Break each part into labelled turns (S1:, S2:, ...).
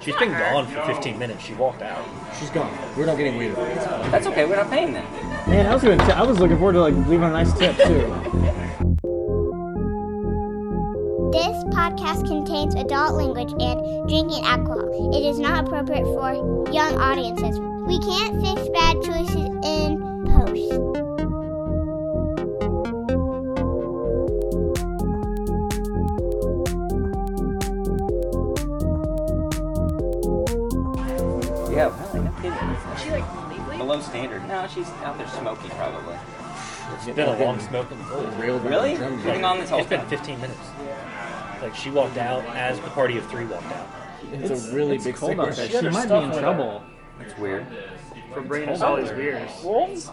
S1: She's been gone for 15 minutes. She walked out.
S2: She's gone. We're not getting weird.
S3: That's okay. We're not paying them.
S4: Man, I was gonna. T- I was looking forward to like leaving a nice tip too.
S5: This podcast contains adult language and drinking alcohol. It is not appropriate for young audiences. We can't fix bad choices in post.
S3: Yeah, really, no kidding.
S6: Is she like legally?
S3: Below standard. No, she's out there smoking probably.
S1: It's been a long smoking. It's
S2: Railed
S3: Really?
S2: Drum
S3: Putting on this whole
S1: been
S3: time.
S1: 15 minutes. Like she walked out as the party of three walked out.
S2: It's, a really big
S4: cold
S2: stick
S4: out
S2: right
S4: there.
S2: there.
S4: She
S2: She-
S4: might be in trouble.
S3: It's weird.
S6: For bringing us all these beers.
S3: Wolves?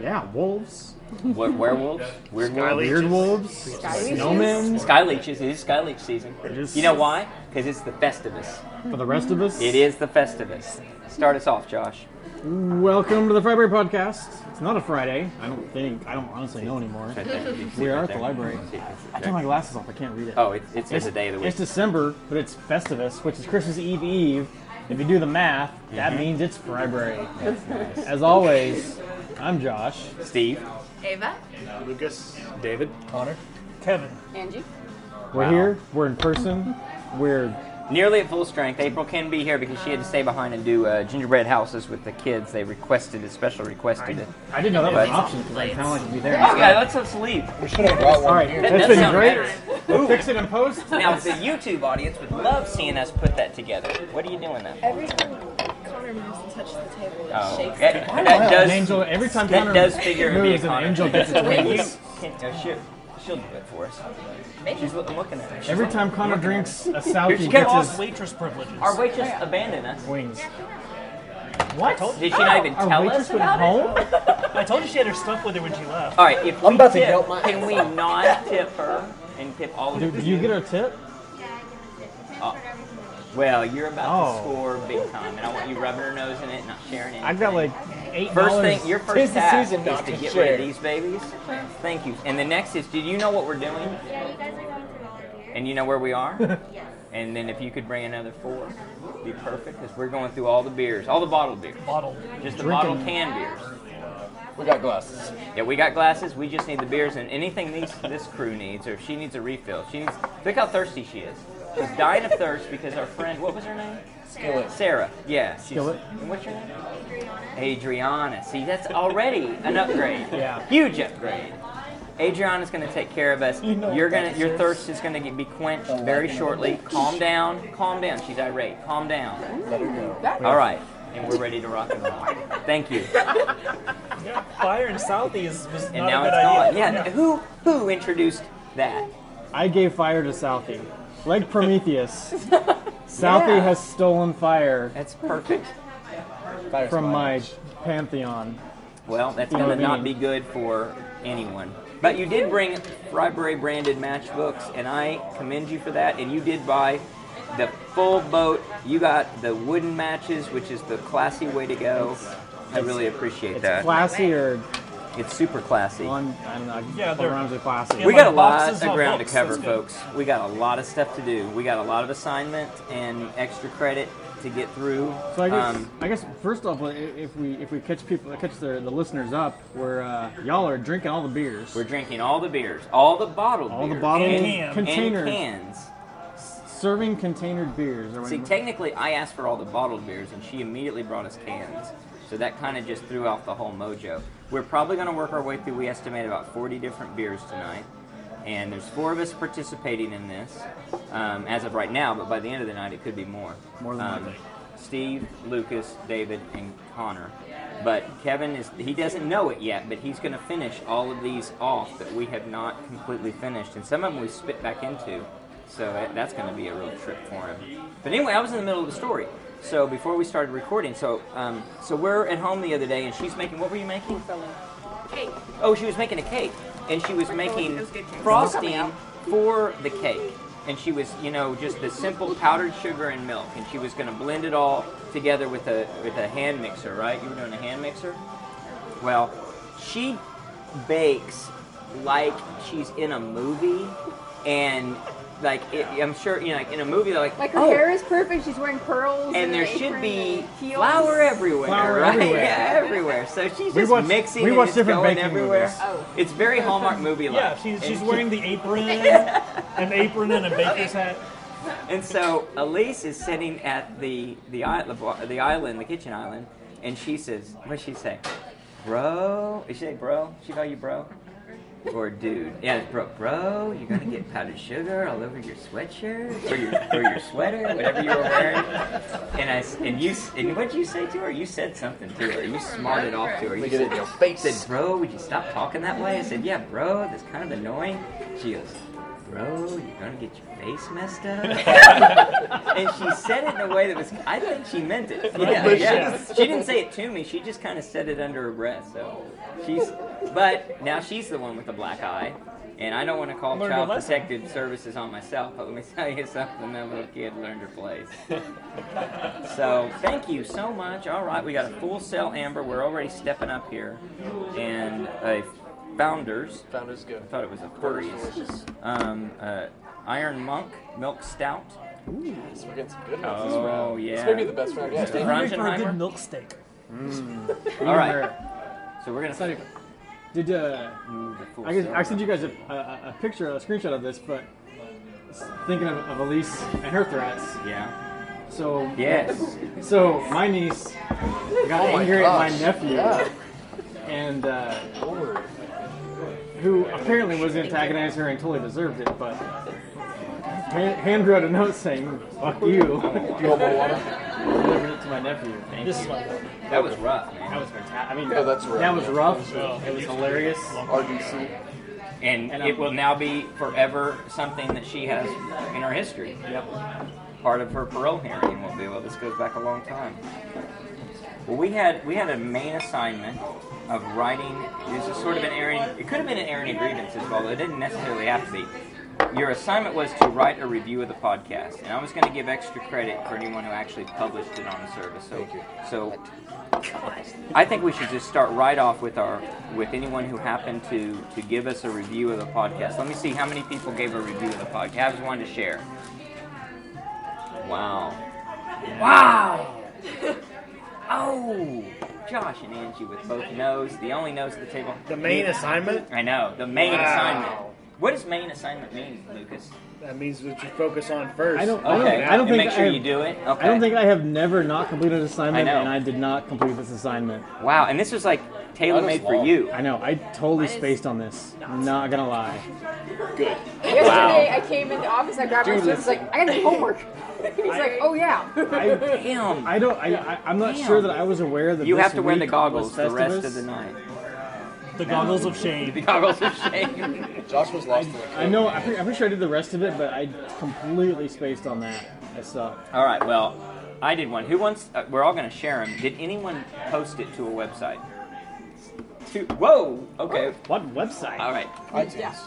S4: Yeah, wolves,
S3: What, werewolves? Weird wolves?
S4: weird wolves,
S6: Sky
S4: snowmen.
S3: Sky leeches. It is sky leech season.
S4: is.
S3: You know why? Because it's the Festivus.
S4: For the rest of us,
S3: It is the Festivus. Start us off, Josh.
S4: Welcome to the Friday Podcast. It's not a Friday. I don't think. I don't honestly know anymore.
S3: Right there. You see
S4: We
S3: it
S4: are
S3: right
S4: at the
S3: there?
S4: library.
S3: You see it? It's
S4: I
S3: right
S4: took
S3: there.
S4: my glasses off. I can't read it.
S3: Oh, it's, it's, it's a day of the week.
S4: It's December, but it's Festivus, which is Christmas Eve Eve. If you do the math,
S3: Mm-hmm.
S4: that means it's Friday. As always, I'm Josh.
S3: Steve.
S6: Ava?
S1: Lucas, David, Connor.
S7: Kevin.
S6: Angie?
S4: We're
S3: Wow.
S4: here. We're in person. We're
S3: Nearly at full strength. April can be here because she had to stay behind and do uh, gingerbread houses with the kids. They requested it, special requested it.
S4: I didn't know that was
S3: But-
S4: an option because I kind of like to be there.
S3: Oh, yeah, let's let's leave.
S2: We should have brought
S4: All
S2: one
S4: right,
S2: here.
S3: does
S4: that's been
S3: sound
S4: great.
S3: better.
S4: We'll fix it in post.
S3: Now, the YouTube audience would love seeing us put that together. What are you doing now?
S6: Every time Connor moves and touches the table, it
S3: Oh,
S6: shakes.
S3: that, that
S4: an angel.
S3: does.
S4: Every time
S3: That
S4: Connor
S3: does figure it'd be a
S4: moves, an
S3: Connor.
S4: angel gets its
S3: Can you?
S4: wings.
S3: Can, oh, she'll, she'll do it for us.
S6: Maybe.
S3: She's loo- I'm looking at her. She's
S4: Every
S3: looking-
S4: time Connor drinks a stout,
S3: She
S4: he
S3: can't
S4: gets
S7: Lost
S4: his
S7: waitress privileges.
S3: Our waitress abandoned us.
S4: wings.
S7: what? I told, you,
S3: Did she
S6: Oh,
S3: not even
S4: Our
S3: tell
S4: waitress
S3: us
S4: went
S3: about it?
S4: home.
S7: I told you she had her stuff with her when she left.
S3: All right, if we
S2: I'm about to
S3: tip,
S2: help my-
S3: can we not tip her and tip all of
S4: Dude,
S3: the
S4: do you get her tip?
S3: Well, you're about
S4: Oh.
S3: to score big time, and I want you rubbing her nose in it, and not sharing it.
S4: I got like eight
S3: First
S4: dollars.
S3: thing, your
S2: Tis
S3: first
S2: the
S3: task
S2: season
S3: is
S2: not
S3: to
S2: to
S3: get rid
S2: share.
S3: of these babies. Thank you. And the next is, did you know what we're doing?
S5: Yeah, you guys are going through all of
S3: And you know where we are? and then if you could bring another four, it'd be perfect, because we're going through all the beers, all the bottled beers,
S7: Bottle.
S3: just the bottled canned beers.
S2: We got glasses.
S3: Yeah, we got glasses. We just need the beers and anything these, this crew needs, or if she needs a refill. She needs. Look how thirsty she is. She's dying of thirst because our friend, what was her name?
S2: Skillet.
S3: Sarah. Yeah. she's-
S4: Skillet.
S3: And what's your name? Adriana. See, that's already an upgrade.
S4: Yeah.
S3: Huge upgrade. Adriana's going to take care of us. You
S2: know
S3: are
S2: what
S3: gonna,
S2: that
S3: your
S2: is.
S3: thirst is going to be quenched very shortly. Calm down. Calm down. She's irate. Calm down.
S2: Let her go.
S3: All right. And we're ready to rock and roll. Thank you.
S7: Yeah, fire in Southeast was
S3: And
S7: not
S3: now
S7: a
S3: it's
S7: good idea.
S3: gone. Yeah. Who who introduced that?
S4: I gave fire to Southie. Like Prometheus, Southie
S3: Yeah.
S4: has stolen fire
S3: That's perfect.
S2: Fire's
S4: from
S2: mine.
S4: my pantheon.
S3: Well, that's
S4: You know
S3: going to
S4: what I
S3: not be
S4: mean.
S3: good for anyone. But you did bring Fryberry branded matchbooks, and I commend you for that. And you did buy the full boat. You got the wooden matches, which is the classy way to go. I really appreciate
S4: It's
S3: that.
S4: classy or
S3: it's super classy.
S4: on, I don't know.
S7: Yeah,
S4: Yeah,
S7: they're-
S4: rhymes with classy.
S7: yeah,
S3: We got a
S7: like
S3: lot
S7: boxes,
S3: of
S7: not
S3: ground to
S7: books.
S3: cover,
S7: That's good.
S3: folks. We got a lot of stuff to do. We got a lot of assignment and extra credit to get through.
S4: So I guess,
S3: Um,
S4: I guess first off, i- if we if we catch people catch the, the listeners up, we're uh, y'all are drinking all the beers.
S3: we're drinking all the beers, all the bottled
S4: all the
S3: beers,
S4: bottled
S7: And
S3: and
S7: cans.
S4: containers,
S3: cans.
S4: serving containered beers. Or
S3: See, technically, I asked for all the bottled beers, and she immediately brought us cans. So that kind of just threw off the whole mojo. We're probably going to work our way through. We estimate about 40 different beers tonight, and there's four of us participating in this um, as of right now. But by the end of the night, it could be more.
S4: More than likely.
S3: Um, Steve, Lucas, David, and Connor. But Kevin is—he doesn't know it yet, but he's going to finish all of these off that we have not completely finished, and some of them we spit back into. So that- that's going to be a real trip for him. But anyway, I was in the middle of the story. So before we started recording, so um, so we're at home the other day, and she's making. What were you making?
S6: Hey,
S3: Oh, she was making a cake, and she was
S8: oh,
S3: making
S6: it was good cake.
S3: frosting for the cake. And she was, you know, just the simple powdered sugar and milk, and she was going to blend it all together with a with a hand mixer, right? You were doing a hand mixer. Well, she bakes like she's in a movie, and like it, I'm sure you know, like in a movie, they're like,
S8: Like her
S3: "Oh,
S8: hair is perfect. She's wearing pearls.
S3: and there
S8: an
S3: should
S8: apron
S3: be
S8: and heels.
S3: flour everywhere,
S4: Flour
S3: right?
S4: everywhere.
S3: Yeah, everywhere. So she's
S4: We
S3: just
S4: watch-
S3: mixing.
S4: we
S3: and
S4: watch
S3: it's
S4: different
S3: going
S4: baking
S3: everywhere.
S4: movies.
S8: Oh.
S3: It's very Hallmark movie like.
S7: Yeah, she's, she's
S3: and,
S7: wearing the apron, an apron and a baker's hat.
S3: And so Elise is sitting at the the i- the bar- the island, the kitchen island, and she says, "What she say, bro? Is she say bro? She call you bro?" Or dude, yeah, it's bro, bro, you're gonna get powdered sugar all over your sweatshirt or your, or your sweater, whatever you were wearing. And I s- and you s- and what did you say to her? You said something to her. You smarted off to her. You
S2: Look at it in
S3: said,
S2: your
S3: said,
S2: face.
S3: bro, would you stop talking that way? I said, yeah, bro, that's kind of annoying. She goes, bro, you're gonna get your face messed up. and she said it in a way that was, I think she meant it. Yeah,
S2: but
S3: yeah.
S2: yes.
S3: She didn't say it to me. She just kind of said it under her breath. So she's, but now she's the one with the black eye. And I don't want to call
S7: Learned a
S3: child
S7: lesson.
S3: protective services on myself, but let me tell you something. That little kid learned her place. So thank you so much. All right, we got a full sale, Amber. We're already stepping up here, and a founders.
S2: Founders go.
S3: I thought it was a furries. Um, uh, Iron Monk Milk Stout.
S2: Yes, we're getting some good ones this
S3: Oh
S2: round.
S3: yeah.
S2: This may be the best round yet.
S3: Mr.
S2: Thank
S7: Hungry for a good
S3: Frankenheimer? Mm.
S7: milk steak.
S3: All right. So we're gonna.
S4: Did uh,
S3: move the full
S4: I, guess,
S3: sale.
S4: I sent you guys a, a, a picture, a screenshot of this, but thinking of, of Elise and her threats.
S3: Yeah.
S4: So
S3: Yes.
S4: So my niece got
S2: Oh my
S4: angry at my
S2: gosh.
S4: nephew,
S2: Yeah.
S4: and uh,
S2: you. Lord.
S4: who apparently was antagonizing her and totally deserved it, but hand, hand wrote a note saying "fuck you"
S2: Do you want more water?
S4: delivered it to my nephew.
S3: Thank
S7: This
S3: you.
S7: is my
S3: That was rough,
S4: That
S3: man.
S4: was fantastic. I mean,
S2: Yeah, that's rough.
S4: that was rough.
S7: Well,
S4: It was hilarious.
S2: RDC.
S3: And
S4: And
S3: it
S4: I'm-
S3: will now be forever something that she has in her history.
S4: Yep.
S3: part of her parole hearing will be. Well, this goes back a long time. Well, we had we had a main assignment of writing. This is sort of an airing. It could have been an airing of grievances, although it didn't necessarily have to be. Your assignment was to write a review of the podcast, and I was going to give extra credit for anyone who actually published it on the service. So, so I think we should just start right off with our with anyone who happened to to give us a review of the podcast. Let me see how many people gave a review of the podcast. I just wanted to share. Wow. Wow. oh, Josh and Angie with both no's. The only no's at the table.
S9: The main assignment?
S3: I know the main
S9: Wow.
S3: assignment. What does main assignment mean, Lucas?
S9: That means what you focus on first.
S4: I don't. I don't,
S3: Okay,
S4: I don't
S3: and
S4: think
S3: make sure
S4: I,
S3: you do it. Okay.
S4: I don't think I have never not completed an assignment,
S3: I know.
S4: and I did not complete this assignment.
S3: Wow, and this was like tailor made for
S2: long.
S3: you.
S4: I know. I totally
S6: Mine is
S4: spaced on this. Not gonna lie.
S2: Good.
S8: Yesterday, I came in the office. I grabbed my
S2: Dude,
S8: son. I was like, I gotta do homework. He's like, Oh yeah.
S4: I,
S3: Damn.
S4: I don't. I, I, I'm not
S3: Damn.
S4: sure that I was aware that
S3: you
S4: this
S3: have to wear the
S4: week was
S3: goggles the rest
S4: Festivus.
S3: of the night.
S7: The goggles of
S3: The
S7: shame.
S3: goggles of shame.
S2: Josh was lost in the
S4: I know. I'm pretty, I'm pretty sure I did the rest of it, but I completely spaced on that. That sucked.
S3: all right, well, I did one. Who wants? Uh, we're all going to share them. Did anyone post it to a website? To, whoa. Okay.
S4: What website?
S3: All right.
S2: iTunes.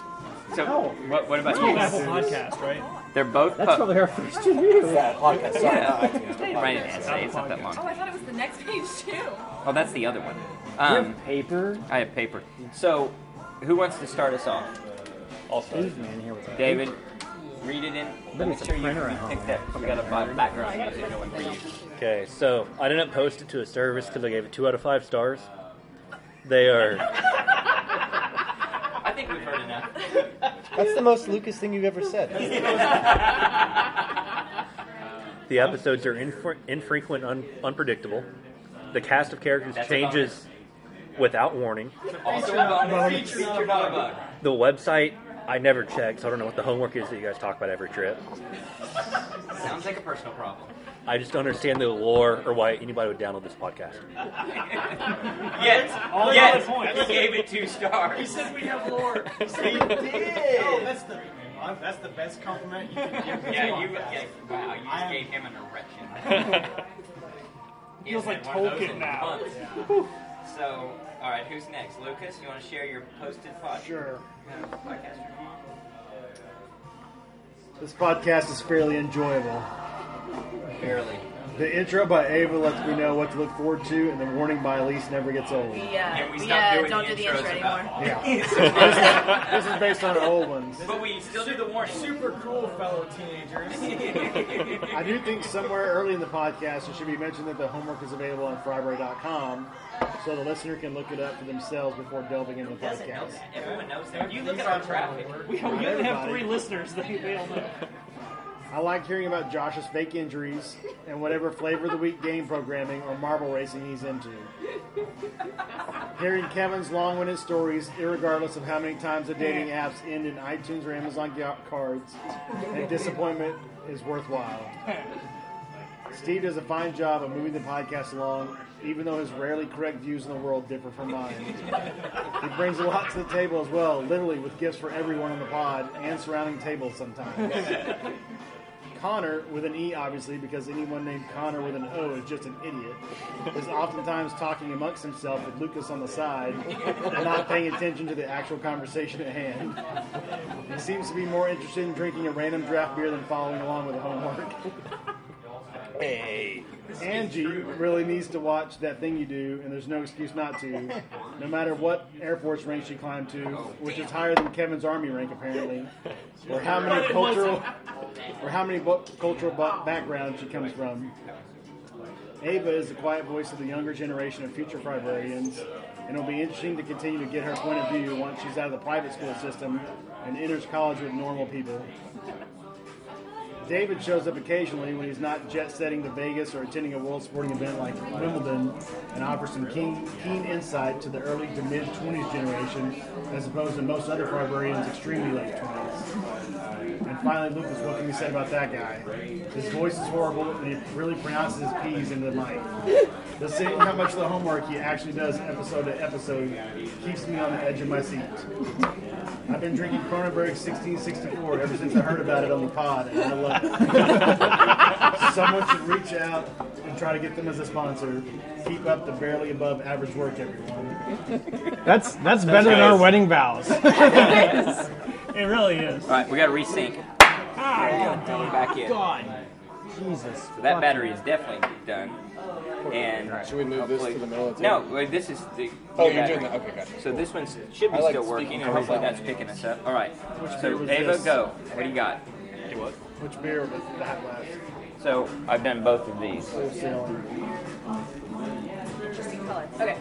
S3: So
S4: No.
S3: what, what about you?
S7: Apple Podcast, right?
S3: They're both
S4: That's
S3: po-
S4: probably our first
S3: Um,
S4: review.
S2: Yeah, podcast. Sorry, not
S3: Yeah.
S2: iTunes. but
S3: right.
S2: podcast.
S3: It's, it's not that
S6: Oh,
S3: long.
S6: I thought it was the next page too.
S3: Oh, that's the other one.
S4: You
S3: Um,
S4: have paper.
S3: I have paper. So, who wants to start us off?
S2: Also,
S4: Dude, man, here with that.
S3: David, read it in.
S4: Then
S3: Make
S4: it's a
S3: sure you,
S4: printer
S3: you
S4: at
S3: pick
S4: home.
S3: that. We got a bi- background music going for you.
S9: Okay, so I didn't post it to a service because I gave it two out of five stars. They are.
S3: I think we've heard enough.
S9: That's the most Lucas thing you've ever said. the episodes are infre- infrequent, un- unpredictable. The cast of characters
S3: That's a
S9: changes without warning.
S3: Also, a bonus. Feature, not a bug.
S9: The website I never check, so I don't know what the homework is that you guys talk about every trip.
S3: Sounds like a personal problem.
S9: I just don't understand the lore or why anybody would download this podcast.
S3: Yes,
S7: All
S3: yes.
S7: valid points.
S3: He gave it two stars. He said we have lore. he did.
S4: that's the that's the best compliment you can give.
S3: Yeah, you. Yeah, wow, you just gave him an erection. He
S7: Feels
S3: hasn't had
S7: like
S3: one of those
S7: Tolkien
S3: in
S7: now.
S3: months. So, all right, who's next? Lucas, you want to share your posted pod?
S9: Sure.
S3: Podcast review?
S9: This podcast is fairly enjoyable.
S3: Barely.
S7: The intro by Ava lets me know what to look forward to, and the warning by Elise never gets old.
S6: We, uh,
S3: Yeah, we
S6: we,
S3: stopped
S6: uh,
S3: doing
S6: don't
S3: the
S6: do the
S3: intros
S6: intro
S3: about-
S6: anymore.
S7: Yeah. this, is, this is based on old ones.
S3: But we still do the warning.
S10: Super cool, fellow teenagers.
S7: I do think somewhere early in the podcast it should be mentioned that the homework is available on frybrae.com so the listener can look it up for themselves before delving into the
S3: Doesn't know
S7: podcast.
S3: that. Everyone knows that. You look at our traffic.
S10: we, we Oh, only have three listeners. They, they all know.
S7: I like hearing about Josh's fake injuries and whatever flavor of the week game programming or marble racing he's into. Hearing Kevin's long winded stories, irregardless of how many times the dating apps end in iTunes or Amazon ga- cards, and disappointment is worthwhile. Steve does a fine job of moving the podcast along, even though his rarely correct views on the world differ from mine. He brings a lot to the table as well, literally with gifts for everyone on the pod and surrounding tables sometimes. Connor with an E, obviously, because anyone named Connor with an O is just an idiot, is oftentimes talking amongst himself with Lucas on the side and not paying attention to the actual conversation at hand. He seems to be more interested in drinking a random draft beer than following along with the homework.
S2: Hey.
S7: Angie really needs to watch that thing you do, and there's no excuse not to, no matter what Air Force rank she climbed to, which is higher than Kevin's Army rank apparently, or how many cultural, or how many bu- cultural bu- backgrounds she comes from. Ava is the quiet voice of the younger generation of future librarians, and it'll be interesting to continue to get her point of view once she's out of the private school system and enters college with normal people. David shows up occasionally when he's not jet setting to Vegas or attending a world sporting event like Wimbledon and offers some keen, keen insight to the early to mid 20s generation as opposed to most other librarians extremely late 20s. And finally, Lucas, what can we say about that guy? His voice is horrible and he really pronounces his P's into the mic. The seeing how much of the homework he actually does episode to episode keeps me on the edge of my seat. I've been drinking Cronenberg 1664 ever since I heard about it on the pod, and I love it. Someone should reach out and try to get them as a sponsor. Keep up the barely above average work, everyone.
S4: That's that's better than our wedding vows.
S10: It really is.
S3: All right, we got to resync. Back in.
S4: God, Jesus.
S3: So that battery is definitely done. And
S2: Should we move this to the middle of the
S3: No, wait, this is the.
S2: Oh,
S3: your
S2: you're doing
S3: battery.
S2: that. Okay, gotcha.
S3: So this one should be
S2: I like
S3: still
S2: speaking
S3: working, and
S2: towards
S3: hopefully
S2: that
S3: that's
S2: one.
S3: picking us up. All right.
S7: beer
S3: So
S7: was
S3: Ava,
S7: this?
S3: go. What do you got?
S7: Which beer was that last?
S3: So I've done both of these.
S7: Wholesaling.
S6: Interesting color. Okay.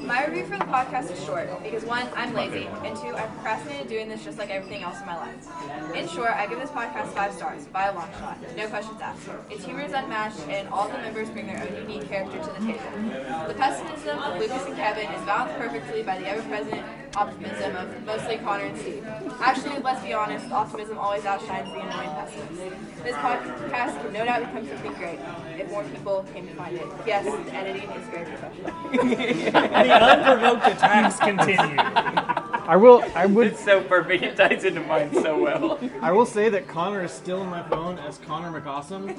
S6: My review for the podcast is short because one, I'm lazy, and two, I procrastinated doing this just like everything else in my life. In short, I give this podcast five stars by a long shot. No questions asked. Its humor is unmatched, and all the members bring their own unique character to the table. The pessimism of Lucas and Kevin is balanced perfectly by the ever present optimism of mostly Connor and Steve. Actually, let's be honest, optimism always outshines the annoying pessimism. This podcast can no doubt become something great if more people came to find it. Yes, editing is very professional.
S10: The unprovoked attacks continue.
S4: I will. I would.
S3: It's so perfect. It ties into mine so well.
S4: I will say that Connor is still in my phone as Connor McAwesome,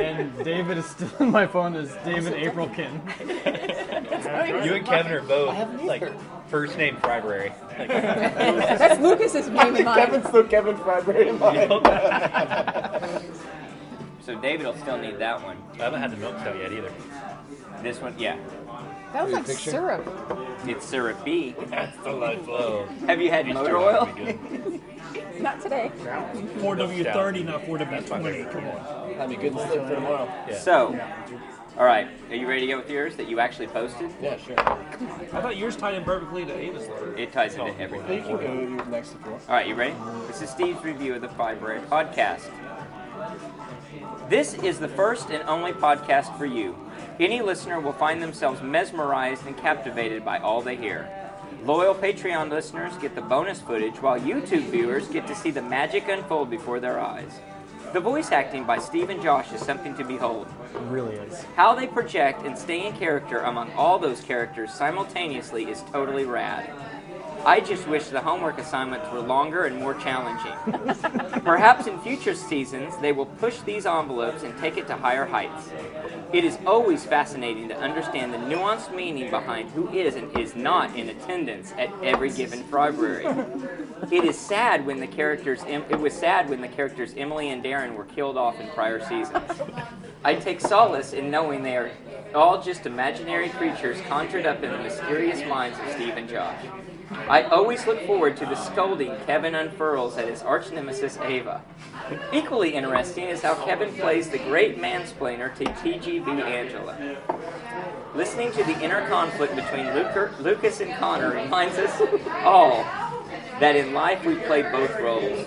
S4: and David is still in my phone as David Aprilkin.
S9: You and Kevin are both like first name Friberry.
S8: That's Lucas's name and mine.
S2: still Kevin Fabry in mind.
S3: So David will still need that one.
S9: I haven't had the milk stout yet either.
S3: This one, yeah,
S8: That was like
S2: Picture.
S8: syrup.
S3: it's syrupy.
S9: That's the life flow.
S3: Have you had motor oil?
S8: Not today.
S10: 4W30, not 4W20. Come on.
S2: That'd be good to sleep for tomorrow.
S3: So, all right, are you ready to go with yours that you actually posted?
S2: Yeah, sure.
S10: I thought yours tied in perfectly to Ava's letter.
S3: It ties into everything.
S2: You can go to your next if you want.
S3: All right, you ready? This is Steve's review of the Library podcast. This is the first and only podcast for you. Any listener will find themselves mesmerized and captivated by all they hear. Loyal Patreon listeners get the bonus footage, while YouTube viewers get to see the magic unfold before their eyes. The voice acting by Steve and Josh is something to behold.
S4: really is.
S3: How they project and stay in character among all those characters simultaneously is totally rad. I just wish the homework assignments were longer and more challenging. Perhaps in future seasons, they will push these envelopes and take it to higher heights. It is always fascinating to understand the nuanced meaning behind who is and is not in attendance at every given library. It is sad when the characters. Em- It was sad when the characters Emily and Darren were killed off in prior seasons. I take solace in knowing they are all just imaginary creatures conjured up in the mysterious minds of Steve and Josh. I always look forward to the scolding Kevin unfurls at his arch nemesis Ava. Equally interesting is how Kevin plays the great mansplainer to TGB Angela. Listening to the inner conflict between Luker, Lucas and Connor reminds us all that in life we play both roles.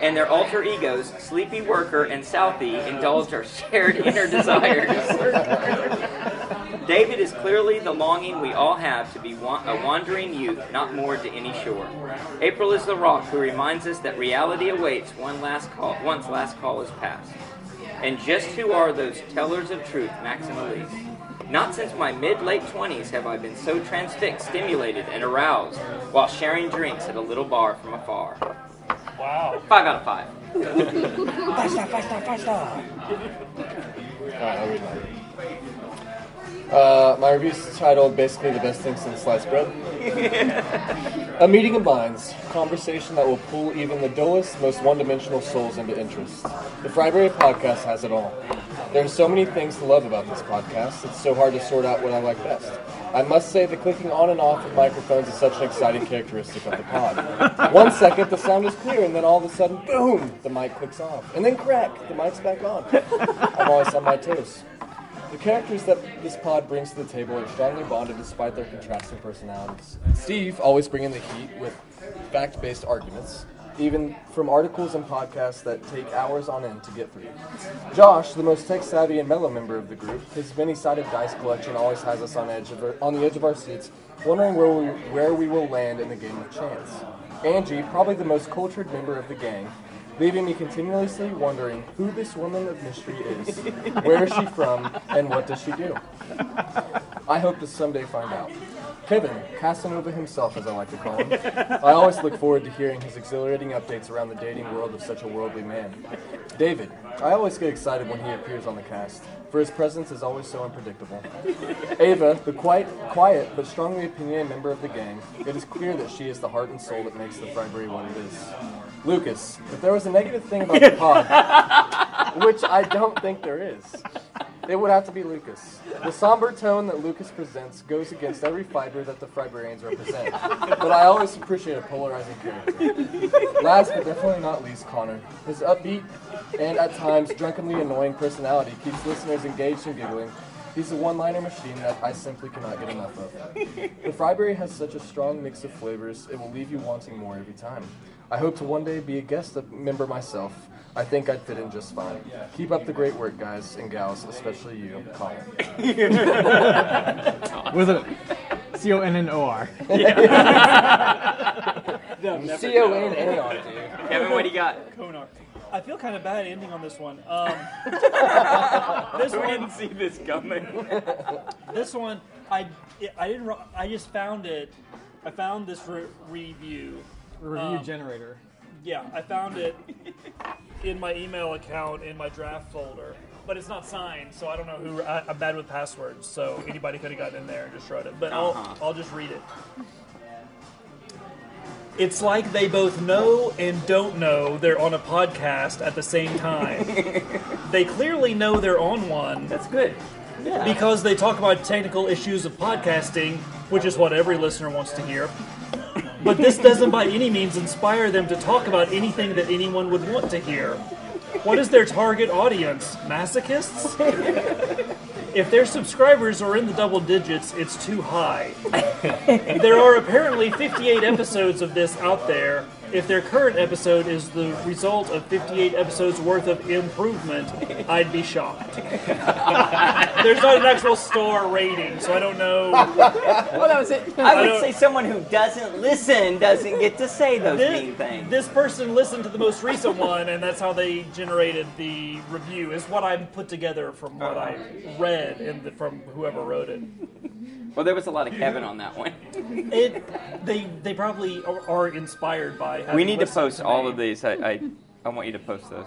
S3: And their alter egos, Sleepy Worker and Southie, indulge our shared inner desires. David is clearly the longing we all have to be wa- a wandering youth, not moored to any shore. April is the rock who reminds us that reality awaits one last call, once last call is passed. And just who are those tellers of truth, Max and Elise? Not since my mid late 20s have I been so transfixed, stimulated, and aroused while sharing drinks at a little bar from afar. Wow. Five out of five.
S10: Five star, five star, five star.
S2: All right, I'll read mine. Uh, my review is titled Basically the Best Thing Since Sliced Bread. A meeting of minds, conversation that will pull even the dullest, most one dimensional souls into interest. The Friberry podcast has it all. There are so many things to love about this podcast, it's so hard to sort out what I like best. I must say, the clicking on and off of microphones is such an exciting characteristic of the pod. One second, the sound is clear, and then all of a sudden, boom, the mic clicks off. And then crack, the mic's back on. I'm always on my toes. The characters that this pod brings to the table are strongly bonded despite their contrasting personalities. Steve always bringing the heat with fact based arguments, even from articles and podcasts that take hours on end to get through. Josh, the most tech savvy and mellow member of the group, his many sided dice collection always has us on, edge of our, on the edge of our seats, wondering where we, where we will land in the game of chance. Angie, probably the most cultured member of the gang, leaving me continuously wondering who this woman of mystery is, where is she from, and what does she do. I hope to someday find out. Kevin, Casanova himself, as I like to call him. I always look forward to hearing his exhilarating updates around the dating world of such a worldly man. David, I always get excited when he appears on the cast, for his presence is always so unpredictable. Ava, the quiet, quiet but strongly opinionated member of the gang, it is clear that she is the heart and soul that makes the Friberry what it is. Lucas, if there was a negative thing about the pod, which I don't think there is, it would have to be Lucas. The somber tone that Lucas presents goes against every fiber that the Friberarians represent, but I always appreciate a polarizing character. Last but definitely not least, Connor. His upbeat and at times drunkenly annoying personality keeps listeners engaged and giggling. He's a one-liner machine that I simply cannot get enough of. The Fryberry has such a strong mix of flavors, it will leave you wanting more every time. I hope to one day be a guest member myself. I think I'd fit in just fine. Keep up the great work, guys and gals, especially you, Colin.
S4: With a C O N N O R.
S2: C O N A on dude.
S3: Kevin, what do you got?
S10: Konar. I feel kind of bad ending on this one. Um, this
S3: We
S10: one,
S3: didn't see this coming.
S10: this one, I, I didn't. ru- I just found it. I found this re- review.
S4: Review
S10: Um,
S4: generator.
S10: Yeah, I found it in my email account in my draft folder, but it's not signed, so I don't know who. I, I'm bad with passwords, so anybody could have gotten in there and just wrote it. But
S3: Uh-huh.
S10: I'll, I'll just read it. It's like they both know and don't know they're on a podcast at the same time. they clearly know they're on one
S3: That's good.
S10: because they talk about technical issues of podcasting, which is what every listener wants to hear. But this doesn't by any means inspire them to talk about anything that anyone would want to hear. What is their target audience? Masochists? If their subscribers are in the double digits, it's too high. There are apparently 58 episodes of this out there. If their current episode is the result of 58 episodes worth of improvement, I'd be shocked. There's not an actual star rating, so I don't know.
S8: Well, that was it.
S3: I would
S10: don't-
S3: say someone who doesn't listen doesn't get to say those mean
S10: This,
S3: things.
S10: this person listened to the most recent one, and that's how they generated the review. Is what I put together from what I read and the, from whoever wrote it.
S3: Well, there was a lot of Kevin on that one.
S10: It they they probably are, are inspired by. having
S3: We need to
S10: listened
S3: post
S10: me.
S3: all of these. I, I, I want you to post those.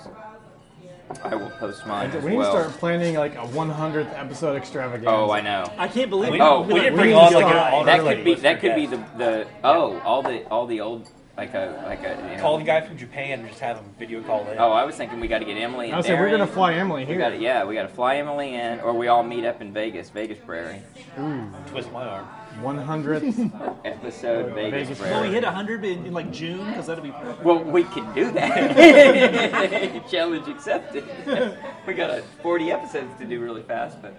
S3: I will post mine as
S4: We need to
S3: well.
S4: start planning like a 100th episode extravaganza.
S3: Oh, I know.
S10: I can't believe.
S1: We
S10: it.
S1: didn't,
S3: Oh,
S1: we
S3: we
S1: didn't
S4: need
S1: bring
S4: to
S1: all the
S4: start
S1: all the
S3: That
S1: early
S3: could be that
S1: listeners.
S3: could be the, the oh all the all the old like a like a you know,
S11: Call the guy from Japan and just have him video call in.
S3: Oh, I was thinking we got to get Emily. And
S4: I said, we're
S3: Darren.
S4: gonna fly Emily
S3: We
S4: here.
S3: gotta, yeah, we got to fly Emily in, or we all meet up in Vegas, Vegas Prairie.
S4: Ooh.
S11: Twist my arm.
S4: 100th
S3: episode Vegas,
S10: Will we
S3: Prairie.
S10: hit 100 in, in like June? Because that'll be perfect.
S3: Well, we can do that. Challenge accepted. we got uh, 40 episodes to do really fast, but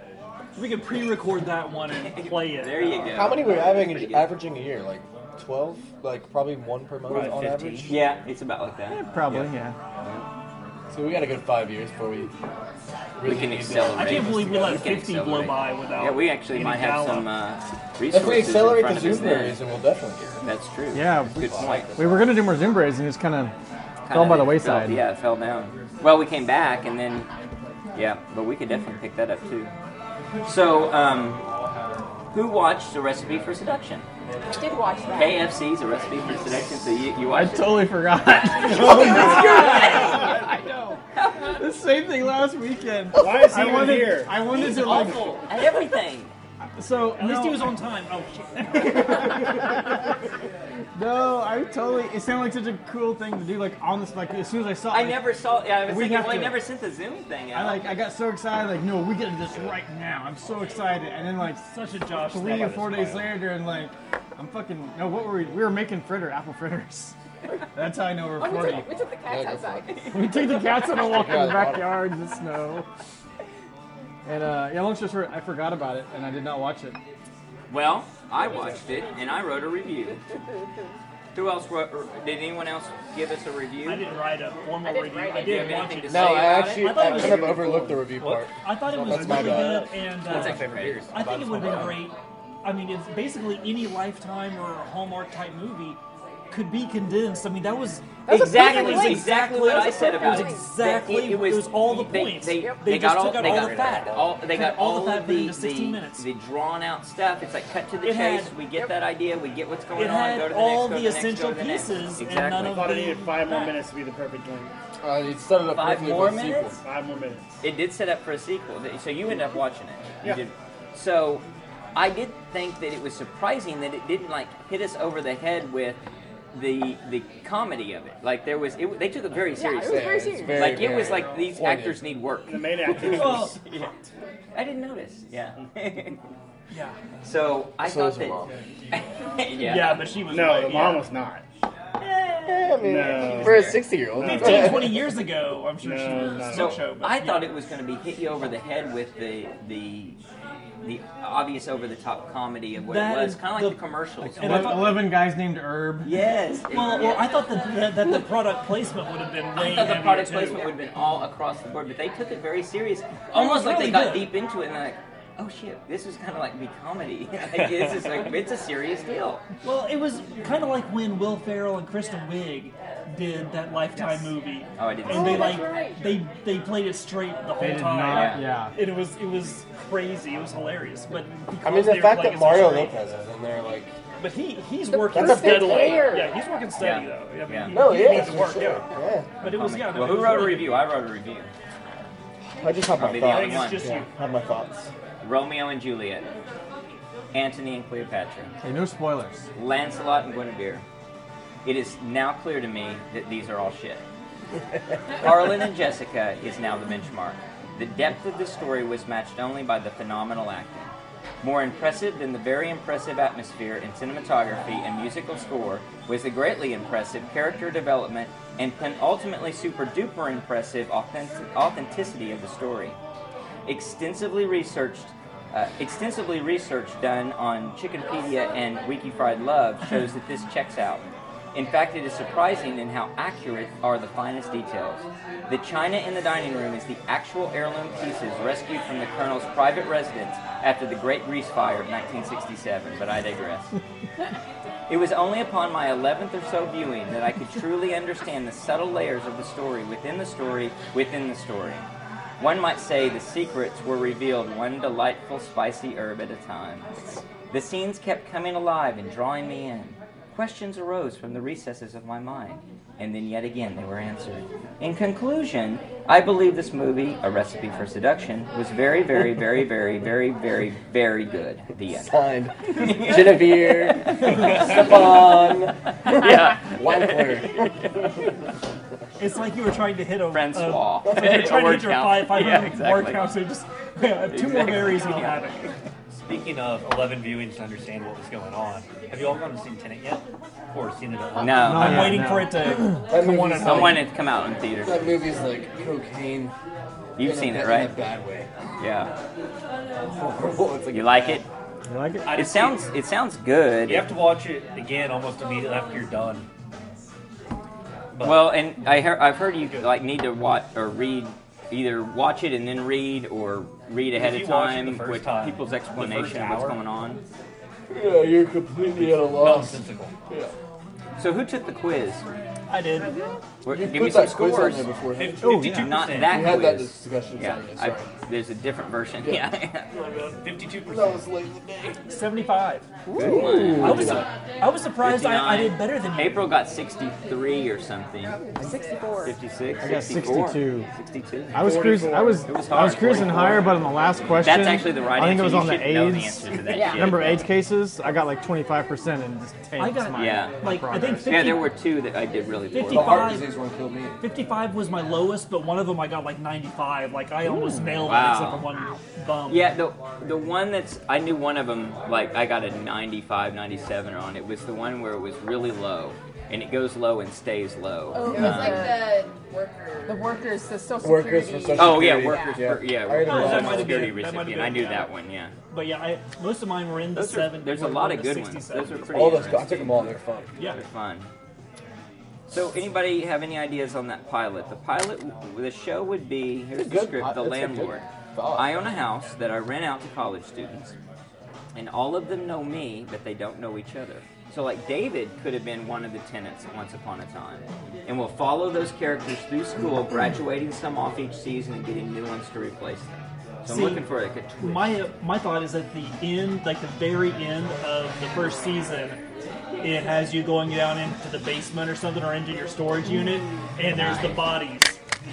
S10: We could pre-record that one and play it.
S3: there you go.
S2: How many were you averaging, averaging a year? Like 12? Like probably one per month
S3: Probably
S2: on
S3: 15.
S2: average?
S3: Yeah, it's about like that.
S4: Probably,
S3: Yeah.
S4: yeah.
S2: So we got a good five years before we really
S3: we can
S2: need to-
S3: accelerate.
S10: I can't believe we
S3: We
S10: let
S3: can
S10: 50 blow
S3: accelerate.
S10: by without.
S3: Yeah, we actually
S10: any
S3: might have
S10: gala.
S3: some uh, resources.
S2: If we accelerate
S3: in front
S2: the
S3: of us
S2: Zoom
S3: then.
S2: areas, then we'll definitely get
S3: That's true.
S4: Yeah,
S3: That's a good point.
S4: We were gonna do more Zoom braids and just kind of fell by the wayside.
S3: Fell, yeah, it fell down. Well, we came back and then, yeah, but we could definitely pick that up too. So, um, who watched The Recipe for Seduction?
S8: I did watch that.
S3: KFC's A Recipe for Seduction. So you, you
S4: I
S3: watched it?
S4: totally forgot.
S7: Oh,
S4: I know. The same thing last weekend.
S7: Why is he
S4: I
S7: even
S4: wanted,
S7: here?
S4: I wanted
S10: He's
S4: to
S10: awful.
S3: At everything.
S4: like. So
S10: At least
S4: no,
S10: he was on time. Oh shit.
S4: No, I totally. It sounded like such a cool thing to do. Like on this, like as soon as I saw, it,
S3: I
S4: like,
S3: never saw. Yeah, I was
S4: We
S3: thinking,
S4: have
S3: well, I
S4: to-
S3: never sent the Zoom thing
S4: I
S3: out.
S4: like. I got so excited. Like, no, we gotta do this right now. I'm so excited. And then like
S10: Such a Josh.
S4: three
S10: thing.
S4: or four days later, and like, I'm fucking. No, what were we? We were making fritter, apple fritters. That's how I know we're
S8: Oh, we,
S4: 40.
S8: took, we took the cats outside.
S4: We take the cats on a walk in
S2: Yeah,
S4: the
S2: the
S4: backyard in the snow. And uh, yeah, long story short, I forgot about it and I did not watch it.
S3: Well, I watched it and I wrote a review. Who else wrote, or did anyone else give us a review?
S10: I didn't write a
S8: I
S10: formal
S8: didn't
S10: review.
S8: write
S10: I
S8: it.
S3: Do you have
S10: did watch
S3: anything
S10: it.
S3: to say
S2: No, I
S3: about
S2: actually
S3: it?
S10: I thought it
S2: I
S10: was
S2: kind of
S10: really
S2: overlooked the review part.
S10: I thought it was
S2: That's my
S10: really
S2: bad.
S10: good, and
S3: That's
S10: uh,
S3: actually pretty good.
S10: I think it would have been great. I mean, if basically any Lifetime or Hallmark type movie could be condensed. I mean, that was
S8: That was a
S3: Exactly,
S8: perfect
S3: that's
S8: link.
S3: exactly what I said
S10: It was
S3: about it.
S10: exactly. It, was, all the
S3: they,
S10: points.
S3: They, they,
S10: just
S3: got all,
S10: took out
S3: they
S10: all
S3: got
S10: the fat.
S3: All, they
S10: Cut
S3: got all,
S10: the fat,
S3: of
S10: put it
S3: the,
S10: into 16 minutes.
S3: the drawn out stuff. It's like cut to the
S10: It
S3: chase.
S10: had-
S3: we get that idea. We get what's going
S10: It
S3: on. go
S10: had
S3: to the
S10: all the
S3: next, go to the next,
S10: essential
S3: go to the next.
S10: pieces, and
S3: Exactly.
S10: none
S7: I thought I
S10: of
S7: needed five more
S10: that.
S7: minutes to be the perfect length.
S2: Uh, it set it up
S3: Five
S2: perfectly
S3: more
S2: for the sequel.
S3: minutes?
S7: Five more minutes.
S3: It did set up for a sequel, th- so you ended up watching it. You
S7: Yeah.
S3: did. So I did think that it was surprising that it didn't like hit us over the head with the the comedy of it. Like there was, it, they took it very
S8: Yeah, it was
S3: seriously.
S8: very
S2: it's
S8: serious.
S2: very-
S3: like it was like these
S2: pointed.
S3: actors need work.
S7: The main actor.
S10: Well,
S3: I didn't notice. Yeah.
S10: yeah,
S3: so I
S2: So
S3: thought
S2: is
S3: that.
S2: your mom.
S3: yeah.
S10: yeah, but she was
S7: no,
S10: right,
S7: the
S10: yeah.
S7: mom was not.
S2: Yeah, I mean,
S7: No.
S2: for a 60 year old.
S10: 15, 20 years ago, I'm sure she
S7: No,
S10: was
S7: no.
S10: a
S3: So
S10: smoke show. But
S3: I
S10: yeah.
S3: thought it was going to be hit you over the head with the the the obvious over the top comedy of what
S10: That
S3: it was,
S10: is
S3: kind of
S10: the-
S3: like the commercials.
S10: And I thought-
S4: 11 guys named Herb.
S3: Yes.
S10: Well, well, I thought that, that, that the product placement would have been way
S3: I thought the
S10: heavier,
S3: product
S10: too.
S3: placement would have been all across the board, but they took it very serious, almost like they
S10: really
S3: got
S10: good.
S3: deep into it and they're like, "Oh shit, this is kind of like the comedy. like, this is like it's a serious deal."
S10: Well, it was kind of like when Will Ferrell and Kristen Wiig did that Lifetime movie.
S3: Oh, I didn't
S10: And
S3: see
S10: they
S3: that.
S10: like
S8: right.
S10: they they played it straight the whole
S4: They did
S10: time.
S4: not,
S3: Yeah.
S4: yeah.
S10: And it was it was crazy. It was hilarious. But
S2: I mean,
S10: because they
S2: the
S10: were
S2: fact
S10: playing it so
S2: that Mario
S10: straight-
S2: Lopez is in there, like.
S10: but he he's working
S2: perfect
S10: steadily.
S8: pair.
S10: Yeah, he's working steady
S3: Yeah.
S10: though. I mean,
S3: Yeah.
S10: he-
S2: No,
S10: he
S2: it
S10: needs
S2: is.
S10: to
S2: for
S10: work.
S2: sure.
S10: Yeah. But it was yeah.
S3: Well,
S10: no, it
S3: who
S10: was
S3: wrote a
S10: really-
S3: review? I wrote a review.
S2: I just have my
S3: Probably the
S10: I
S2: thoughts.
S10: think it's just
S2: Yeah,
S10: you.
S2: have my thoughts.
S3: Romeo and Juliet, Antony and Cleopatra,
S4: Hey, no spoilers.
S3: Lancelot and Guinevere. It is now clear to me that these are all shit. Harlan and Jessica is now the benchmark. The depth of the story was matched only by the phenomenal acting. More impressive than the very impressive atmosphere and cinematography and musical score was the greatly impressive character development and ultimately super duper impressive authentic- authenticity of the story extensively researched uh, extensively research done on Chickenpedia and Wiki Fried Love shows that this checks out. In fact, it is surprising in how accurate are the finest details. The china in the dining room is the actual heirloom pieces rescued from the colonel's private residence after the Great Grease Fire of 1967, but I digress. It was only upon my 11th or so viewing that I could truly understand the subtle layers of the story within the story within the story. One might say the secrets were revealed one delightful spicy herb at a time. The scenes kept coming alive and drawing me in. Questions arose from the recesses of my mind, and then yet again they were answered. In conclusion, I believe this movie, A Recipe for Seduction, was very, very, very, very, very, very, very good. The end.
S2: Signed, Genevieve, Stefan, Wankler.
S10: It's like you were trying to hit a
S3: Francois.
S10: Uh, like you were
S3: A
S10: trying to
S3: word
S10: hit your five
S3: count.
S10: five
S3: Yeah,
S10: hundred
S3: exactly.
S10: word count. So just yeah, two more
S11: Exactly.
S10: berries and I'll
S11: Yeah.
S10: have it.
S11: Speaking of 11 viewings to understand what was going on, have you all gone and seen Tenet yet? Or seen it at all?
S3: No, I'm
S10: waiting for it to
S2: That
S10: come on
S2: movie's
S10: and
S3: I
S2: like-
S3: want it to come out in theaters.
S2: That movie's like cocaine.
S3: You've
S2: in a
S3: seen
S2: ba-
S3: it, right?
S2: In a bad way.
S3: Yeah.
S2: Horrible. It's like
S3: You like it?
S4: You like
S11: I
S3: It
S11: didn't see
S3: sounds it sounds good.
S11: You have to watch it again almost immediately after you're done.
S3: Well, and I hear, I've heard you like need to watch or read, either watch it and then read, or read ahead
S11: If
S3: of
S11: you watch it
S3: time
S11: the first
S3: with
S11: time,
S3: people's
S11: the first
S3: explanation of what's
S11: hour.
S3: going on.
S2: Yeah, you're completely at a loss.
S11: Nonsensical.
S3: So who took the quiz?
S10: I did.
S3: Where-
S2: You
S3: give
S2: put
S3: me some
S2: that quiz on
S3: scores.
S2: there beforehand.
S3: Oh,
S2: Fif-
S3: yeah.
S2: 52%.
S3: Not that
S2: We had
S3: quiz.
S2: that discussion,
S3: Yeah,
S2: sorry,
S3: I-
S2: sorry.
S3: there's a different version.
S2: Yeah.
S3: Yeah.
S11: Fifty-two percent.
S2: That was late in the day.
S10: Seventy-five.
S3: Ooh.
S10: I was I was surprised I, I did better than you.
S3: April got 63 or something.
S8: 64.
S3: 56.
S4: I got
S3: 64.
S4: 62.
S3: 62.
S4: I was cruising. I was,
S3: It was
S4: I was
S3: hard,
S4: cruising
S3: 44.
S4: higher, but on the last question,
S3: That's actually the right
S4: I think it was
S3: answer.
S4: on
S3: You
S4: the
S3: should know the
S4: AIDS
S3: answer to that shit.
S4: number of AIDS cases. I got like 25 percent and just tanked
S10: I got-
S4: my
S3: yeah.
S10: Like, I think 50,
S3: yeah, there were two that I did really poorly.
S2: The heart
S10: 55.
S2: disease one killed me.
S10: 55 was my lowest, but one of them I got like 95. Like I almost nailed
S3: Wow.
S10: it except for one bum.
S3: Yeah, the the one that's I knew one of them like I got a 95, 97 on. It was the one where it was really low, and it goes low and stays low.
S8: Oh,
S6: It
S3: Um,
S6: was like the worker.
S8: The workers, the social
S2: Workers for
S8: security.
S2: social-
S3: oh yeah,
S2: Security.
S3: workers.
S2: Yeah.
S3: per- Yeah,
S2: I had a
S3: workers
S2: lot.
S3: social
S10: That might've been
S3: security
S10: it. That might've
S3: recipient.
S10: been
S3: I
S10: it,
S3: knew
S10: yeah.
S3: that one. Yeah.
S10: But yeah, I, most of mine were in the
S3: Those are-
S10: seven.
S3: there's a
S10: were in
S3: lot of
S10: the
S3: good
S10: 60s,
S3: ones. Those are
S10: 70s.
S3: pretty
S2: All those, I took
S3: interesting.
S2: them all. They're fun.
S10: Yeah.
S3: They're fun. So, anybody have any ideas on that pilot? The pilot, the show would be here's
S2: It's
S3: the
S2: good.
S3: script, The
S2: It's a good
S3: Landlord.
S2: thought.
S3: I own a house that I rent out to college students, and all of them know me, but they don't know each other. So, like, David could have been one of the tenants at once upon a time. And we'll follow those characters through school, graduating some off each season and getting new ones to replace them. So,
S10: See,
S3: I'm looking for like a twist.
S10: My my thought is at the end, like the very end of the first season, it has you going down into the basement or something, or into your storage unit, and there's the bodies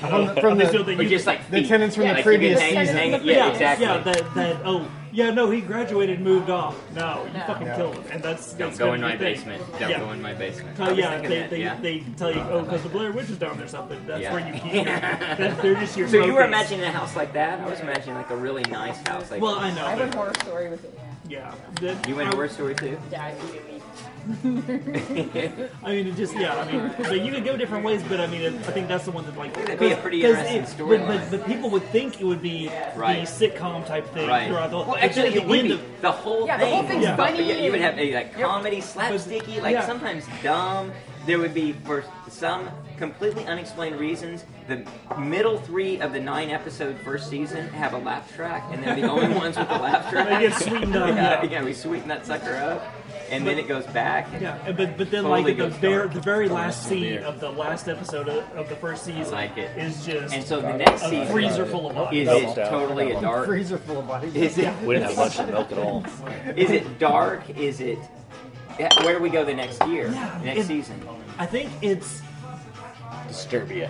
S4: From the- from the-
S10: so that
S3: Or
S10: you-
S3: just like
S4: The
S3: feet.
S4: tenants from
S3: Yeah,
S4: the
S3: like, you can
S4: previous
S3: hang-
S4: season.
S3: hang it- yeah, exactly.
S10: Yeah, that, that oh yeah no he graduated and moved off. No, you fucking killed him, and that's
S3: Don't
S10: that's
S3: go
S10: gonna
S3: in
S10: be
S3: my
S10: the thing.
S3: basement. Don't
S10: yeah.
S3: go in my basement. I
S10: Tell,
S3: was
S10: yeah,
S3: thinking
S10: they,
S3: that,
S10: they,
S3: yeah.
S10: they tell you, oh, because the Blair Witch is down there or something. That's
S3: Yeah.
S10: where you keep it. That's, they're just your
S3: So you were
S10: trophies.
S3: imagining a house like that? I was imagining like a really nice house. Like
S10: Well, I know.
S8: I
S10: but-
S8: went horror story with it.
S10: yeah. That-
S3: you went
S10: I-
S3: to Word Story too.
S8: Yeah, immediately.
S10: I mean, it just yeah. I mean, so you could go different ways, but I mean, it, I think that's the one that like
S3: That'd be a pretty
S10: 'cause
S3: interesting
S10: it-
S3: storyline.
S10: But, but, but people would think it would be
S3: Right.
S10: the sitcom type thing
S3: Right.
S10: throughout the.
S3: Well,
S10: but then
S3: actually,
S10: at
S3: it would
S10: end
S3: be
S10: of-
S3: the whole
S8: Yeah, the
S3: thing.
S8: whole thing's
S10: Yeah.
S3: But- but
S8: funny.
S3: yeah, you would have uh, like
S8: Yep.
S3: comedy, slapsticky, like
S10: yeah.
S3: sometimes dumb. There would be for some completely unexplained reasons the middle three of the nine episode first season have a laugh track, and they're the only ones with a laugh track.
S10: They get sweetened up,
S3: yeah,
S10: yeah.
S3: yeah, we sweeten that sucker up, and then
S10: But-
S3: it goes back. and-
S10: Yeah, and- but but then
S3: Totally
S10: like at
S3: goes
S10: the very
S3: dark.
S10: the very last scene
S2: weird.
S10: of the last episode of, of the first season
S3: like it.
S10: is just
S3: And so the next
S10: a
S3: season
S10: freezer full of bodies.
S3: is it
S9: Doubled out.
S3: totally a dark
S4: freezer full of bodies.
S3: Is it
S9: We didn't have much of milk at all.
S3: is it dark? Is it yeah, where do we go the next year?
S10: Yeah,
S3: next
S10: it-
S3: season.
S10: I think it's
S2: Disturbia.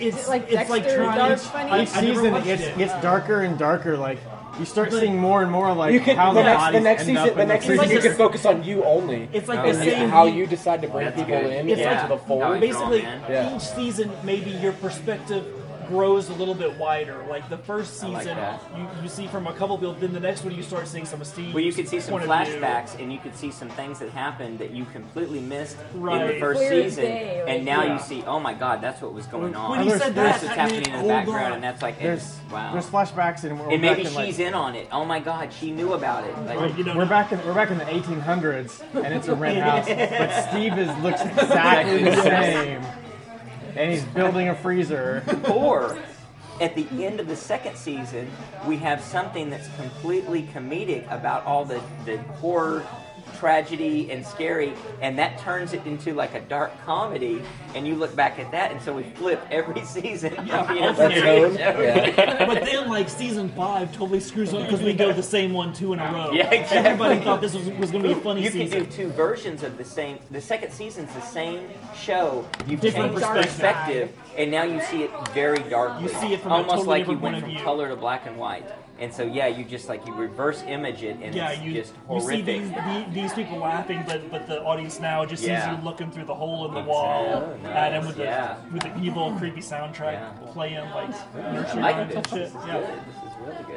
S10: it's
S8: it like
S10: it's like
S8: Dexter,
S10: trying
S8: dark funny?
S10: I- I
S4: Each
S10: never
S4: season it
S10: watched
S4: gets,
S10: it.
S4: gets darker and darker. Like you start
S10: But-
S4: seeing more and more like
S2: You could
S4: how
S2: the
S4: the,
S2: next the
S4: bodies
S2: next
S4: end
S2: season
S4: up
S2: the
S4: in
S2: next
S4: the
S2: season you
S10: prison.
S2: could focus on you only.
S10: It's like
S3: Oh,
S10: the
S3: yeah.
S2: And you-
S10: same
S2: how
S10: week.
S2: you decide to bring
S3: That's
S2: people
S3: good.
S2: in
S10: It's
S2: and
S10: like-
S2: into the fold.
S3: How you draw 'em
S10: basically
S3: in.
S2: Yeah.
S10: each season maybe your perspective grows a little bit wider like the first
S3: I like
S10: season
S3: that.
S10: you, you see from a couple people then the next one you start seeing some of Steve's
S3: Well, you could see some
S10: point of view.
S3: flashbacks, and you could see some things that happened that you completely missed in the
S10: Right.
S3: first
S8: Clear as
S3: season,
S8: day, like-
S3: and now
S10: Yeah.
S3: you see, oh my God, that's what was going on.
S10: when he said
S4: There's-
S10: that
S3: this is
S10: I
S3: happening
S10: mean,
S3: in the
S10: hold
S3: background,
S10: on.
S3: and that's like,
S4: There's
S3: wow.
S4: there's flashbacks and we're
S3: and
S4: back
S3: maybe
S4: in, like,
S3: she's in on it. Oh my God, she knew about it. Like,
S10: Right, you don't
S4: We're
S10: know.
S4: back in we're back in the 1800s and it's a rent house, but Steve is looks exactly the same, and he's building a freezer.
S3: Or at the end of the second season, we have something that's completely comedic about all the, the horror tragedy and scary, and that turns it into like a dark comedy. And you look back at that, and so we flip every season. of, you know, series.
S10: but then, like season five, totally screws up because we go the same one two in a row.
S3: Yeah, exactly.
S10: Everybody thought this was, was going to be a funny
S3: You
S10: season.
S3: can do two versions of the same. The second season's the same show. You've
S10: Different
S3: changed
S10: perspective.
S3: perspective, and now you see it very darkly.
S10: You see it from a
S3: almost
S10: totally
S3: like you
S10: different
S3: went
S10: point
S3: from
S10: of view.
S3: color to black and white. And so yeah, you just like you reverse image it, and
S10: yeah,
S3: it's
S10: you,
S3: just
S10: you see
S3: horrific.
S10: these, the- these people laughing, but but the audience now just
S3: Yeah.
S10: sees you looking through the hole in the wall
S3: Exactly.
S10: at him with the
S3: Yeah.
S10: with the evil, creepy soundtrack playing like nursery
S3: like
S10: rhymes and
S3: this.
S10: shit.
S3: This is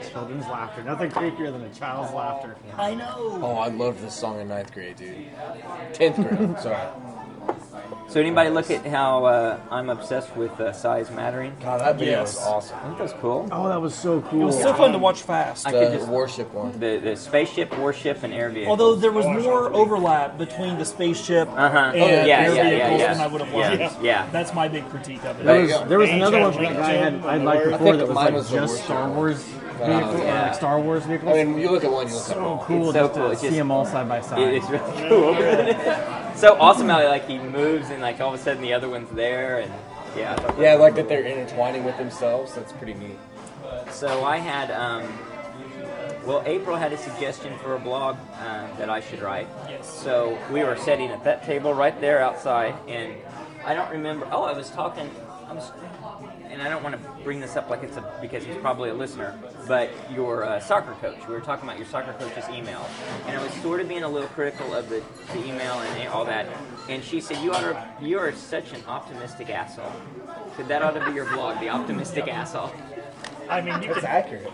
S10: Yeah.
S4: Children's laughter. Nothing creepier than a child's laughter.
S10: I know.
S2: Oh, I loved this song in ninth grade, dude. Tenth grade, sorry.
S3: So anybody look at how uh, I'm obsessed with uh, size mattering?
S2: God, that video was Yes.
S3: awesome. I think that was cool.
S4: Oh, that was so cool.
S10: watch fast.
S3: I
S2: The
S3: could just
S2: warship one.
S3: The, the spaceship, warship, and air vehicle.
S10: Although there was more overlap between the spaceship
S3: Uh-huh.
S10: and
S3: Oh, yeah,
S10: air
S3: yeah, yeah,
S10: vehicles
S3: yeah.
S10: than I would have
S3: Yeah,
S10: liked.
S3: yeah.
S10: That's my big critique of it.
S4: There was, there was another one from that guy I had I liked before that was like just Star Wars vehicle, or, like Star Wars vehicles.
S2: I mean, you look at one, you look at
S4: so
S2: one.
S4: cool
S3: It's so
S4: just
S3: cool.
S4: to
S3: It's
S4: see
S3: just-
S4: them all side by side.
S3: It's really cool. so awesome how like he moves and like all of a sudden the other one's there and yeah. I thought that
S2: Yeah, I
S3: was
S2: like
S3: cool.
S2: that they're intertwining with themselves. That's pretty neat.
S3: So I had, um, well, April had a suggestion for a blog uh, that I should write. Yes. So we were sitting at that table right there outside, and I don't remember. Oh, I was talking. I was, and I don't want to bring this up like it's a because he's probably a listener, but your uh, soccer coach. We were talking about your soccer coach's email, and I was sort of being a little critical of the, the email and all that. And she said, "You are you are such an optimistic asshole." Said that ought to be your blog, the optimistic asshole.
S10: I mean, you
S2: That's accurate.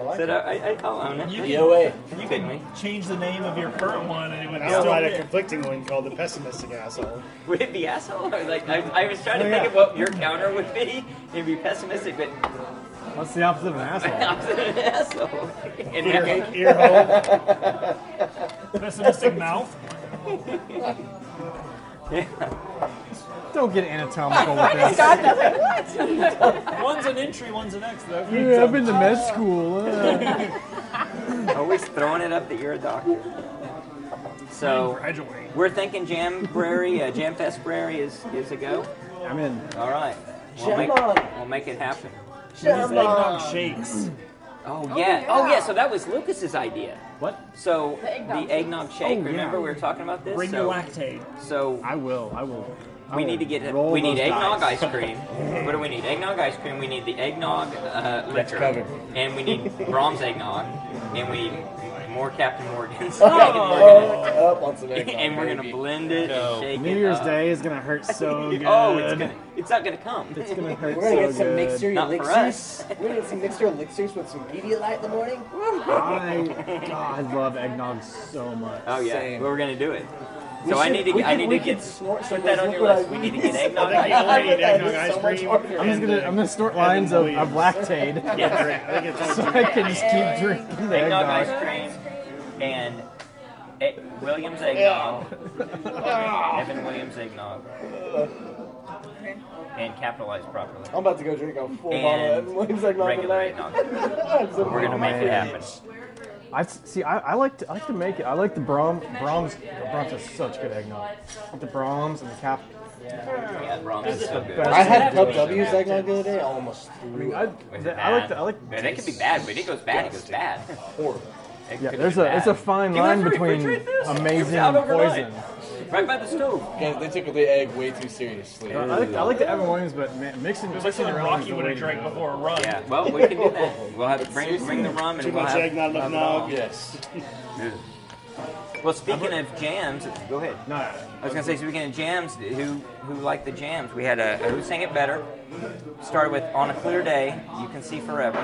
S3: I said, I, I, I'll own it.
S10: You
S3: But
S10: can-
S3: yeah, wait. You good, me?
S10: Change the name of your current one and it would
S7: I
S10: still
S7: had a
S10: fit.
S7: conflicting one called the pessimistic asshole.
S3: Would it be asshole? Or like, I, I was trying to
S7: Oh,
S3: think
S7: yeah.
S3: of what your counter would be. It'd be pessimistic, but
S4: What's the opposite of an asshole?
S3: I'm an asshole. And
S7: Ear-
S3: that-
S7: ear
S10: Pessimistic mouth.
S4: Don't get anatomical with this.
S8: God, that's like, what?
S10: One's an entry, one's an exit.
S4: Yeah, I've been to med school. uh.
S3: Always throwing it up that you're a doctor. So
S10: Graduate.
S3: we're thinking Jam Brary, uh, Jam Fest Brary is, is a go.
S4: I'm in.
S3: All right. We'll make, we'll make it happen.
S10: Eggnog shakes.
S3: Oh yeah. Oh yeah. So that was Lucas's idea.
S4: What?
S3: So
S8: The eggnog
S3: the eggnog shake.
S4: Oh, yeah.
S3: Remember we were talking about this.
S10: Bring
S3: so,
S10: your lactate.
S3: So
S4: I will. I will. I
S3: We
S4: will
S3: need to get
S4: roll
S3: we need
S4: those
S3: eggnog
S4: dice.
S3: ice cream. what do we need? Eggnog ice cream. We need the eggnog uh, liquor,
S2: covered.
S3: and we need Brahms eggnog, and we need more Captain Morgan's.
S2: Oh, up on some eggnog,
S3: and we're gonna
S2: baby.
S3: blend it and shake
S4: New
S3: it.
S4: Year's
S3: up.
S4: Day is gonna hurt so good.
S3: Oh, it's gonna, it's not gonna come.
S4: It's gonna hurt
S2: We're
S4: so
S2: gonna get some
S4: good.
S2: mixer
S3: Not for
S2: elixirs.
S3: us.
S2: We're gonna get some mixer elixirs with some Pedialyte in the morning.
S3: Uh-huh.
S4: I, God, I love eggnog so much.
S3: Oh yeah,
S2: Same.
S3: we're gonna do it.
S2: We
S3: So I
S2: should-
S3: need to
S2: we
S3: get, I
S2: could-
S3: need
S2: we
S3: to
S2: could
S3: get
S2: snort some
S3: put that
S2: of
S3: on
S2: those
S3: your list.
S2: liquid
S3: We
S2: ice
S3: need to
S2: creams.
S3: get eggnog
S7: I think you
S3: ice
S7: already
S3: cream.
S7: need
S2: That is so much
S7: eggnog ice cream.
S2: harder.
S4: I'm just
S7: and,
S4: gonna,
S7: uh,
S4: I'm gonna snort lines of, of lactate,
S7: I think it's
S4: so
S7: only
S4: I can just keep drinking the
S3: Eggnog
S4: eggnog.
S3: ice cream and egg, Williams eggnog. Evan Williams eggnog. And capitalized properly.
S2: I'm about to go drink a full
S3: and
S2: bottle of Williams eggnog
S3: regular
S2: tonight.
S3: eggnog.
S2: I'm so
S3: We're gonna
S2: fucking
S3: make it
S2: hungry.
S3: happen.
S4: I s- see. I, I like to I like to make it. I like the Brom Brahms. Brahms are such good eggnog. The Brahms and the Cap.
S3: Yeah, Brahms is so good.
S4: best.
S2: I had
S3: Brahms
S2: Pub
S3: is so
S2: W's
S3: good.
S2: eggnog the other day. I almost
S4: I
S2: threw
S4: mean,
S2: up.
S4: I,
S3: Was
S4: the,
S3: it
S4: I like
S3: bad?
S4: the, I like.
S3: Yeah, that could be bad, but it goes bad. It goes bad.
S2: Horrible.
S3: It
S4: Yeah,
S3: could
S4: there's
S3: be
S4: a
S3: bad.
S4: it's a fine
S3: Do you want
S4: line
S3: to
S4: between
S3: refrigerate this? It was
S4: amazing
S3: out
S4: and
S3: overnight.
S4: poison.
S3: Right by the stove.
S2: Yeah, they took the egg way too seriously.
S4: I
S3: Uh-huh.
S4: like, I like the Evan Williams, but man, mixing
S10: It looks
S4: mixing
S10: like
S4: around is
S10: Rocky
S4: the
S10: would
S4: way
S10: have
S4: to
S10: drank
S4: do it.
S10: before a run.
S3: Yeah. Well, we can do that. We'll have bring bring the rum and
S7: Too
S3: we'll
S7: much
S3: have.
S7: egg, not enough nog.
S2: Yes.
S3: Well, speaking of jams, go ahead.
S4: No,
S3: I was gonna say, speaking of jams, who who liked the jams? We had a who sang it better. Started with "On a Clear Day," "You Can See Forever,"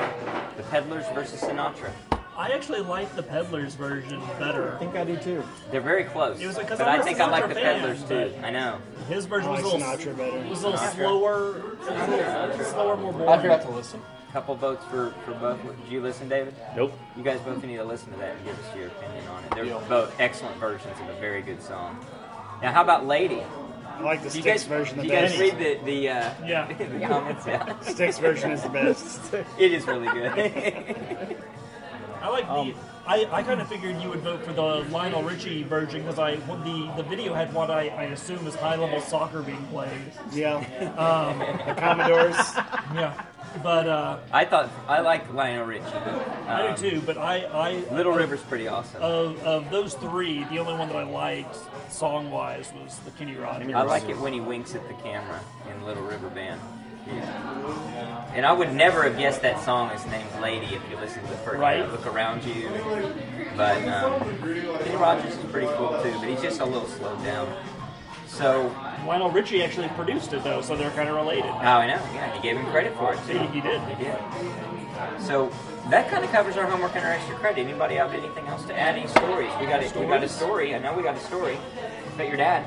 S3: "The Peddlers" versus Sinatra.
S10: I actually like the Peddlers version better.
S4: I think I do too.
S3: They're very close,
S10: It was because
S3: but
S10: I'm
S3: I
S10: a
S3: think I like
S10: Sinatra
S3: the
S10: fan,
S3: Peddlers too. I know.
S10: His version was a
S7: I
S10: little,
S7: like Sinatra better.
S10: was a little slower, a little slower, more
S2: I
S10: boring.
S2: forgot to listen.
S3: Couple votes for for both. Did you listen, David?
S11: Nope.
S3: You guys both need to listen to that and give us your opinion on it. They're
S2: Yeah.
S3: both excellent versions of a very good song. Now, how about "Lady"?
S7: I like the
S3: Do you
S7: Styx
S3: guys,
S7: version
S3: do
S7: the
S3: you guys
S7: best.
S3: read the the, uh,
S10: Yeah.
S3: the comments? Yeah.
S7: Styx version is the best.
S3: It is really good.
S10: I
S3: Um,
S10: like the I, I kind of figured you would vote for the Lionel Richie version because I the the video had what I, I assume is high level soccer being played.
S7: Yeah.
S10: Um,
S7: The Commodores.
S10: Yeah, but uh,
S3: I thought I liked Lionel Richie. um,
S10: I do too. Oh, But I I
S3: Little River's pretty awesome.
S10: Of, of those three, the only one that I liked song wise was the Kenny Rogers.
S3: I like it when he winks at the camera in Little River Band. Yeah. And I would never have guessed that song is named Lady if you listen to the first
S10: Right.
S3: look around you. But um, Kenny Rogers is pretty cool too, but he's just a little slowed down. So
S10: Lionel Richie actually produced it though, so they're kind of related.
S3: Oh, I know. Yeah, he gave him credit for it. Too.
S10: He, he did.
S3: He did. So that kind of covers our homework and our extra credit. Anybody have anything else to add? Any stories? We got a, we got a
S10: Stories?
S3: story. I know we got a story. But your dad.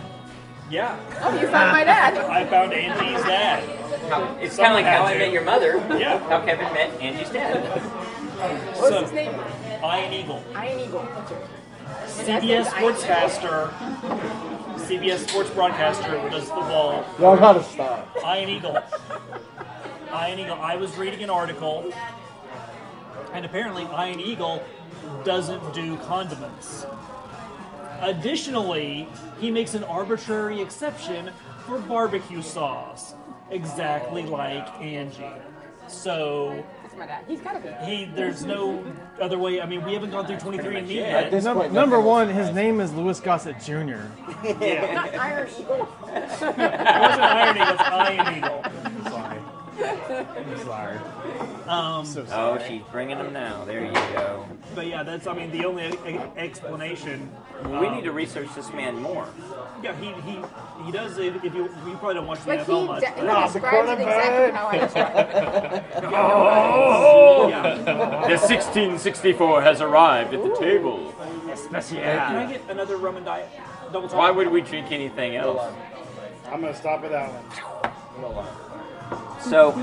S10: Yeah.
S3: Oh,
S6: you found my dad.
S10: I found Angie's dad.
S3: It's kind of
S10: Someone
S3: like how
S10: had
S3: I
S10: to.
S3: met your mother.
S10: Yeah.
S3: How Kevin met Angie's dad.
S6: What's his name?
S10: Iron Eagle.
S6: Iron Eagle. That's right.
S10: CBS sportscaster, CBS sports broadcaster who does football.
S2: Y'all gotta stop.
S10: Ian Eagle. Ian Eagle. I was reading an article, and apparently Iron Eagle doesn't do condiments. Additionally, he makes an arbitrary exception for barbecue sauce, exactly like Angie. So
S8: That's my dad. He's gotta be.
S10: he, there's no other way. I mean, we haven't gone through 23andMe yet.
S4: Num- number one, his name is Louis Gossett Jr.
S8: Not Iron Eagle.
S10: It wasn't Iron Eagle, it's Iron Eagle.
S4: Sorry.
S10: I'm sorry. Um,
S3: Oh, she's bringing them now. There you go.
S10: But yeah, that's I mean the only e- explanation.
S3: we need to research this man more.
S10: Yeah, he he, he does. If, if you you probably don't watch the
S8: Like,
S10: NFL
S8: he
S10: much.
S8: de- he
S10: but-
S8: describes it exactly how I describe
S10: Oh!
S12: The 1664 has arrived at the table.
S10: Can I get another rum and diet? Double
S12: Why would we drink anything else?
S7: I'm gonna stop at that one.
S3: So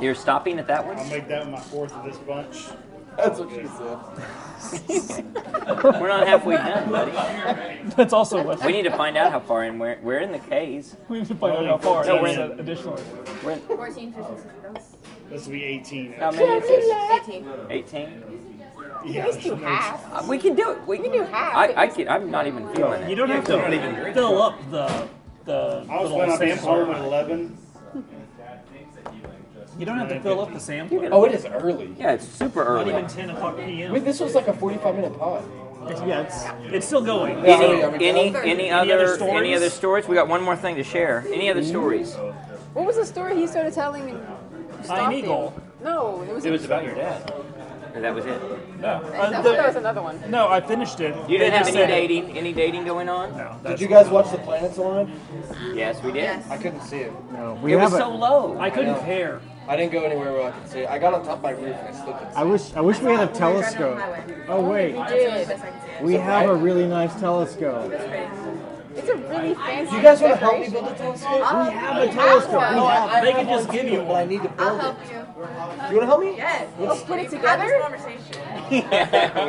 S3: you're stopping at that one?
S7: I'll make that my fourth of this bunch.
S2: That's what she said.
S3: We're not halfway done, buddy.
S10: That's also what
S3: We need to find out how far in we're, we're in the K's.
S10: We need to find out how far.
S3: No,
S10: No,
S3: we're
S10: that's
S3: in.
S10: an additional.
S6: 14, 15, 16.
S7: This will be 18.
S3: How many is this? 18?
S6: 18.
S7: Yeah,
S6: At least do half.
S3: Uh, We can do it. We can
S6: do half.
S3: I, I can, I'm not even feeling it.
S10: You don't have to fill up the the
S7: I was
S10: little
S7: planning on being
S10: Sam's
S7: home
S10: Club.
S7: at 11.
S10: You don't have to fill up the Sam's. Club.
S2: Oh, it is early.
S3: Yeah, it's super
S10: Not even 10 o'clock p.m.
S2: I mean, this was like a 45 minute pod.
S10: yeah, it's, it's still going.
S2: Yeah,
S10: So-
S2: yeah, we-
S3: Any any
S10: Any
S3: other
S10: other stories?
S3: any other stories? We got one more thing to share. Any other stories?
S8: What was the story he started telling me? Stopped
S10: Eagle.
S8: you? No, it was.
S3: dad. That was
S8: I
S3: it.
S10: Uh,
S8: thought
S10: the-
S8: there was another one.
S10: no, I finished it.
S3: You
S10: They
S3: didn't have
S10: just
S3: any
S10: said-
S3: dating any dating going on? No.
S2: Did you guys watch The Planets Alive?
S3: Yes, we did.
S2: I couldn't see it. No,
S4: we It was haven't. so
S3: low.
S10: I couldn't
S2: know.
S10: care.
S2: I didn't go anywhere where I could see it. I got on top of my roof and I slipped.
S4: I wish I wish we had a telescope. Oh wait, we have a really nice telescope.
S8: It's a really fancy.
S2: You guys want to help me build a telescope?
S8: I'll
S2: We
S8: help
S2: have
S8: you.
S2: a telescope.
S8: I'll
S2: No,
S8: help
S2: I, I
S10: They
S2: have
S10: can just
S2: one
S10: give
S2: too,
S10: you
S2: but I
S10: one.
S2: need to build
S6: I'll
S2: it.
S6: help you.
S2: You want to help me?
S6: Yes.
S2: Let's-
S8: put it
S6: We've had
S8: together.
S6: this conversation.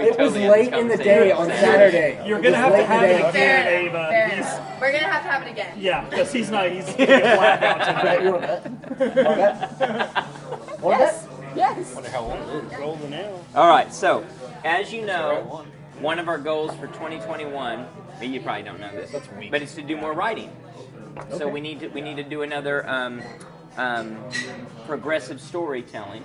S2: It was late in the day on Saturday.
S10: You're gonna have to have it
S2: Saturday.
S10: again,
S6: Fair
S10: Ava.
S6: enough. Fair
S10: He's-
S6: enough. We're gonna have to have it again.
S10: yeah, because he's not. He's he's gonna black out
S2: Bet
S10: tonight.
S2: you want that? Want that? Want
S8: Yes. Yes.
S2: that?
S7: Rolling now.
S3: All right. So, as you know, one of our goals for 2021, but you probably don't know this, but it's to do more writing. So we need to we need to do another um, um, progressive storytelling,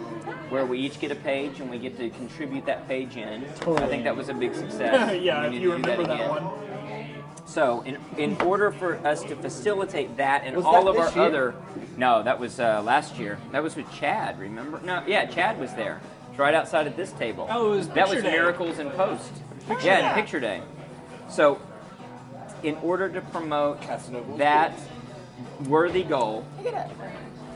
S3: where we each get a page and we get to contribute that page in. I think that was a big success.
S10: yeah,
S3: We
S10: if
S3: need
S10: you
S3: to do that
S10: remember that,
S3: again.
S10: one.
S3: So, in, in order for us to facilitate that and
S2: Was
S3: all
S2: that
S3: of our
S2: this year?
S3: other, no, that was uh, last year. That was with Chad. Remember? No, yeah, Chad was there. It's right outside at this table.
S10: Oh, it was
S3: that was
S10: Picture Day.
S3: miracles and post. yeah, and picture day. So, in order to promote
S2: Casanova's
S3: that worthy goal
S8: Look at it.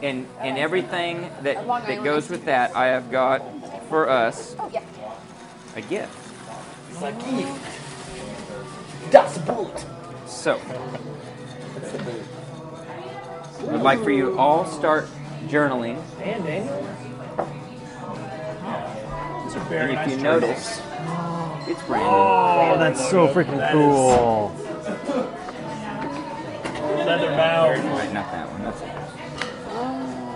S3: and and everything that
S8: Long
S3: that
S8: Island.
S3: goes with that, I have got for us
S8: Oh yeah.
S3: a gift.
S2: It's like, "Eek, that's a bullet.
S3: So.
S2: That's the boot.
S3: I'd like for you to all start journaling.
S2: And Daniel.
S10: It's a
S3: And
S10: very
S3: if
S10: nice
S3: you
S10: journey.
S3: notice, it's random.
S4: Oh, that's so freaking cool.
S10: leather bound.
S3: Wait, not that one.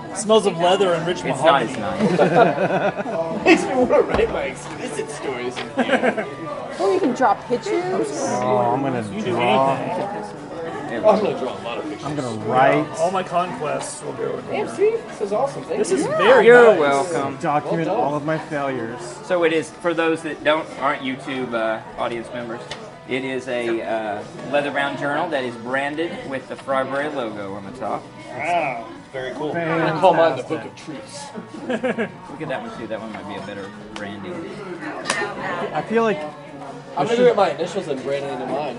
S3: That's
S10: smells of leather and rich
S2: It's
S10: mahogany.
S2: nice, Makes me want to write my explicit stories in here.
S8: Or you can draw pictures.
S4: Oh, I'm gonna
S10: You do
S4: draw.
S10: anything.
S2: I'm gonna draw a lot of pictures.
S4: I'm gonna write.
S10: All my conquests will go in
S2: Damn,
S10: here.
S2: see? This is awesome. Thank
S10: This
S2: you.
S10: is very
S3: You're
S10: nice.
S3: welcome.
S4: Document all of my failures.
S3: So it is for those that don't aren't YouTube uh, audience members. It is a uh, leather bound journal that is branded with the Fryberry logo on the top.
S11: Wow, very cool.
S2: I call mine the Book of Truths.
S3: Look at that one too. That one might be a better branding.
S4: I feel like
S2: I'm gonna get my initials and brand it into mine.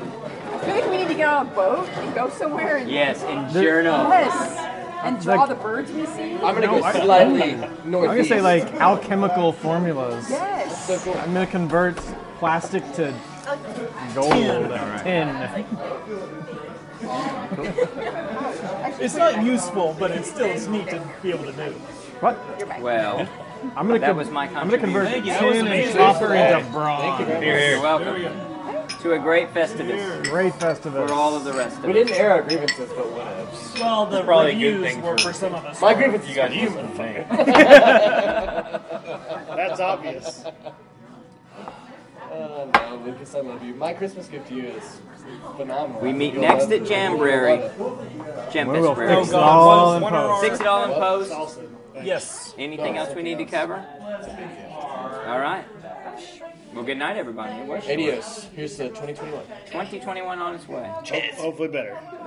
S8: I feel like we need to get on a boat and go somewhere and
S3: Yes, and
S4: There-
S3: journal.
S8: Yes. And draw
S4: Like-
S8: the birds we see.
S2: I'm gonna
S4: No,
S2: go
S4: I-
S2: slightly northeast.
S4: I'm gonna say like alchemical formulas.
S8: Yes.
S2: So cool.
S4: I'm gonna convert plastic to gold or tin.
S10: It's not useful, but it's still it's neat to be able to do.
S4: What?
S3: Well,
S4: I'm gonna
S3: that
S4: con-
S3: was my
S4: I'm gonna convert
S3: contribution. Thank you. That was
S4: tin and
S3: amazing.
S4: copper into
S3: Hey,
S4: bronze.
S2: Thank you very much.
S3: You're welcome to a great festivus
S4: Great festival.
S3: for all of the rest of
S2: We
S3: us.
S2: didn't air our grievances, but what
S10: Well, the
S11: probably a good
S10: reviews
S11: thing
S10: were
S11: for-
S10: for some of us.
S2: My grievances
S11: You got
S2: were
S11: human thing.
S7: That's obvious.
S2: Uh, no, Lucas, I love you. My Christmas gift to you is phenomenal.
S3: We meet
S2: You'll
S3: next
S2: love
S3: at
S2: it.
S3: Jambrary.
S2: You'll love
S3: Jam
S4: We will
S3: Festbrary.
S4: fix it all in post.
S3: Six it all in post.
S10: Yes.
S3: Anything else we need to cover? All right. Well, good night, everybody. It was
S2: it. Adios. Here's the 2021.
S3: 2021 on its way.
S7: Hopefully better.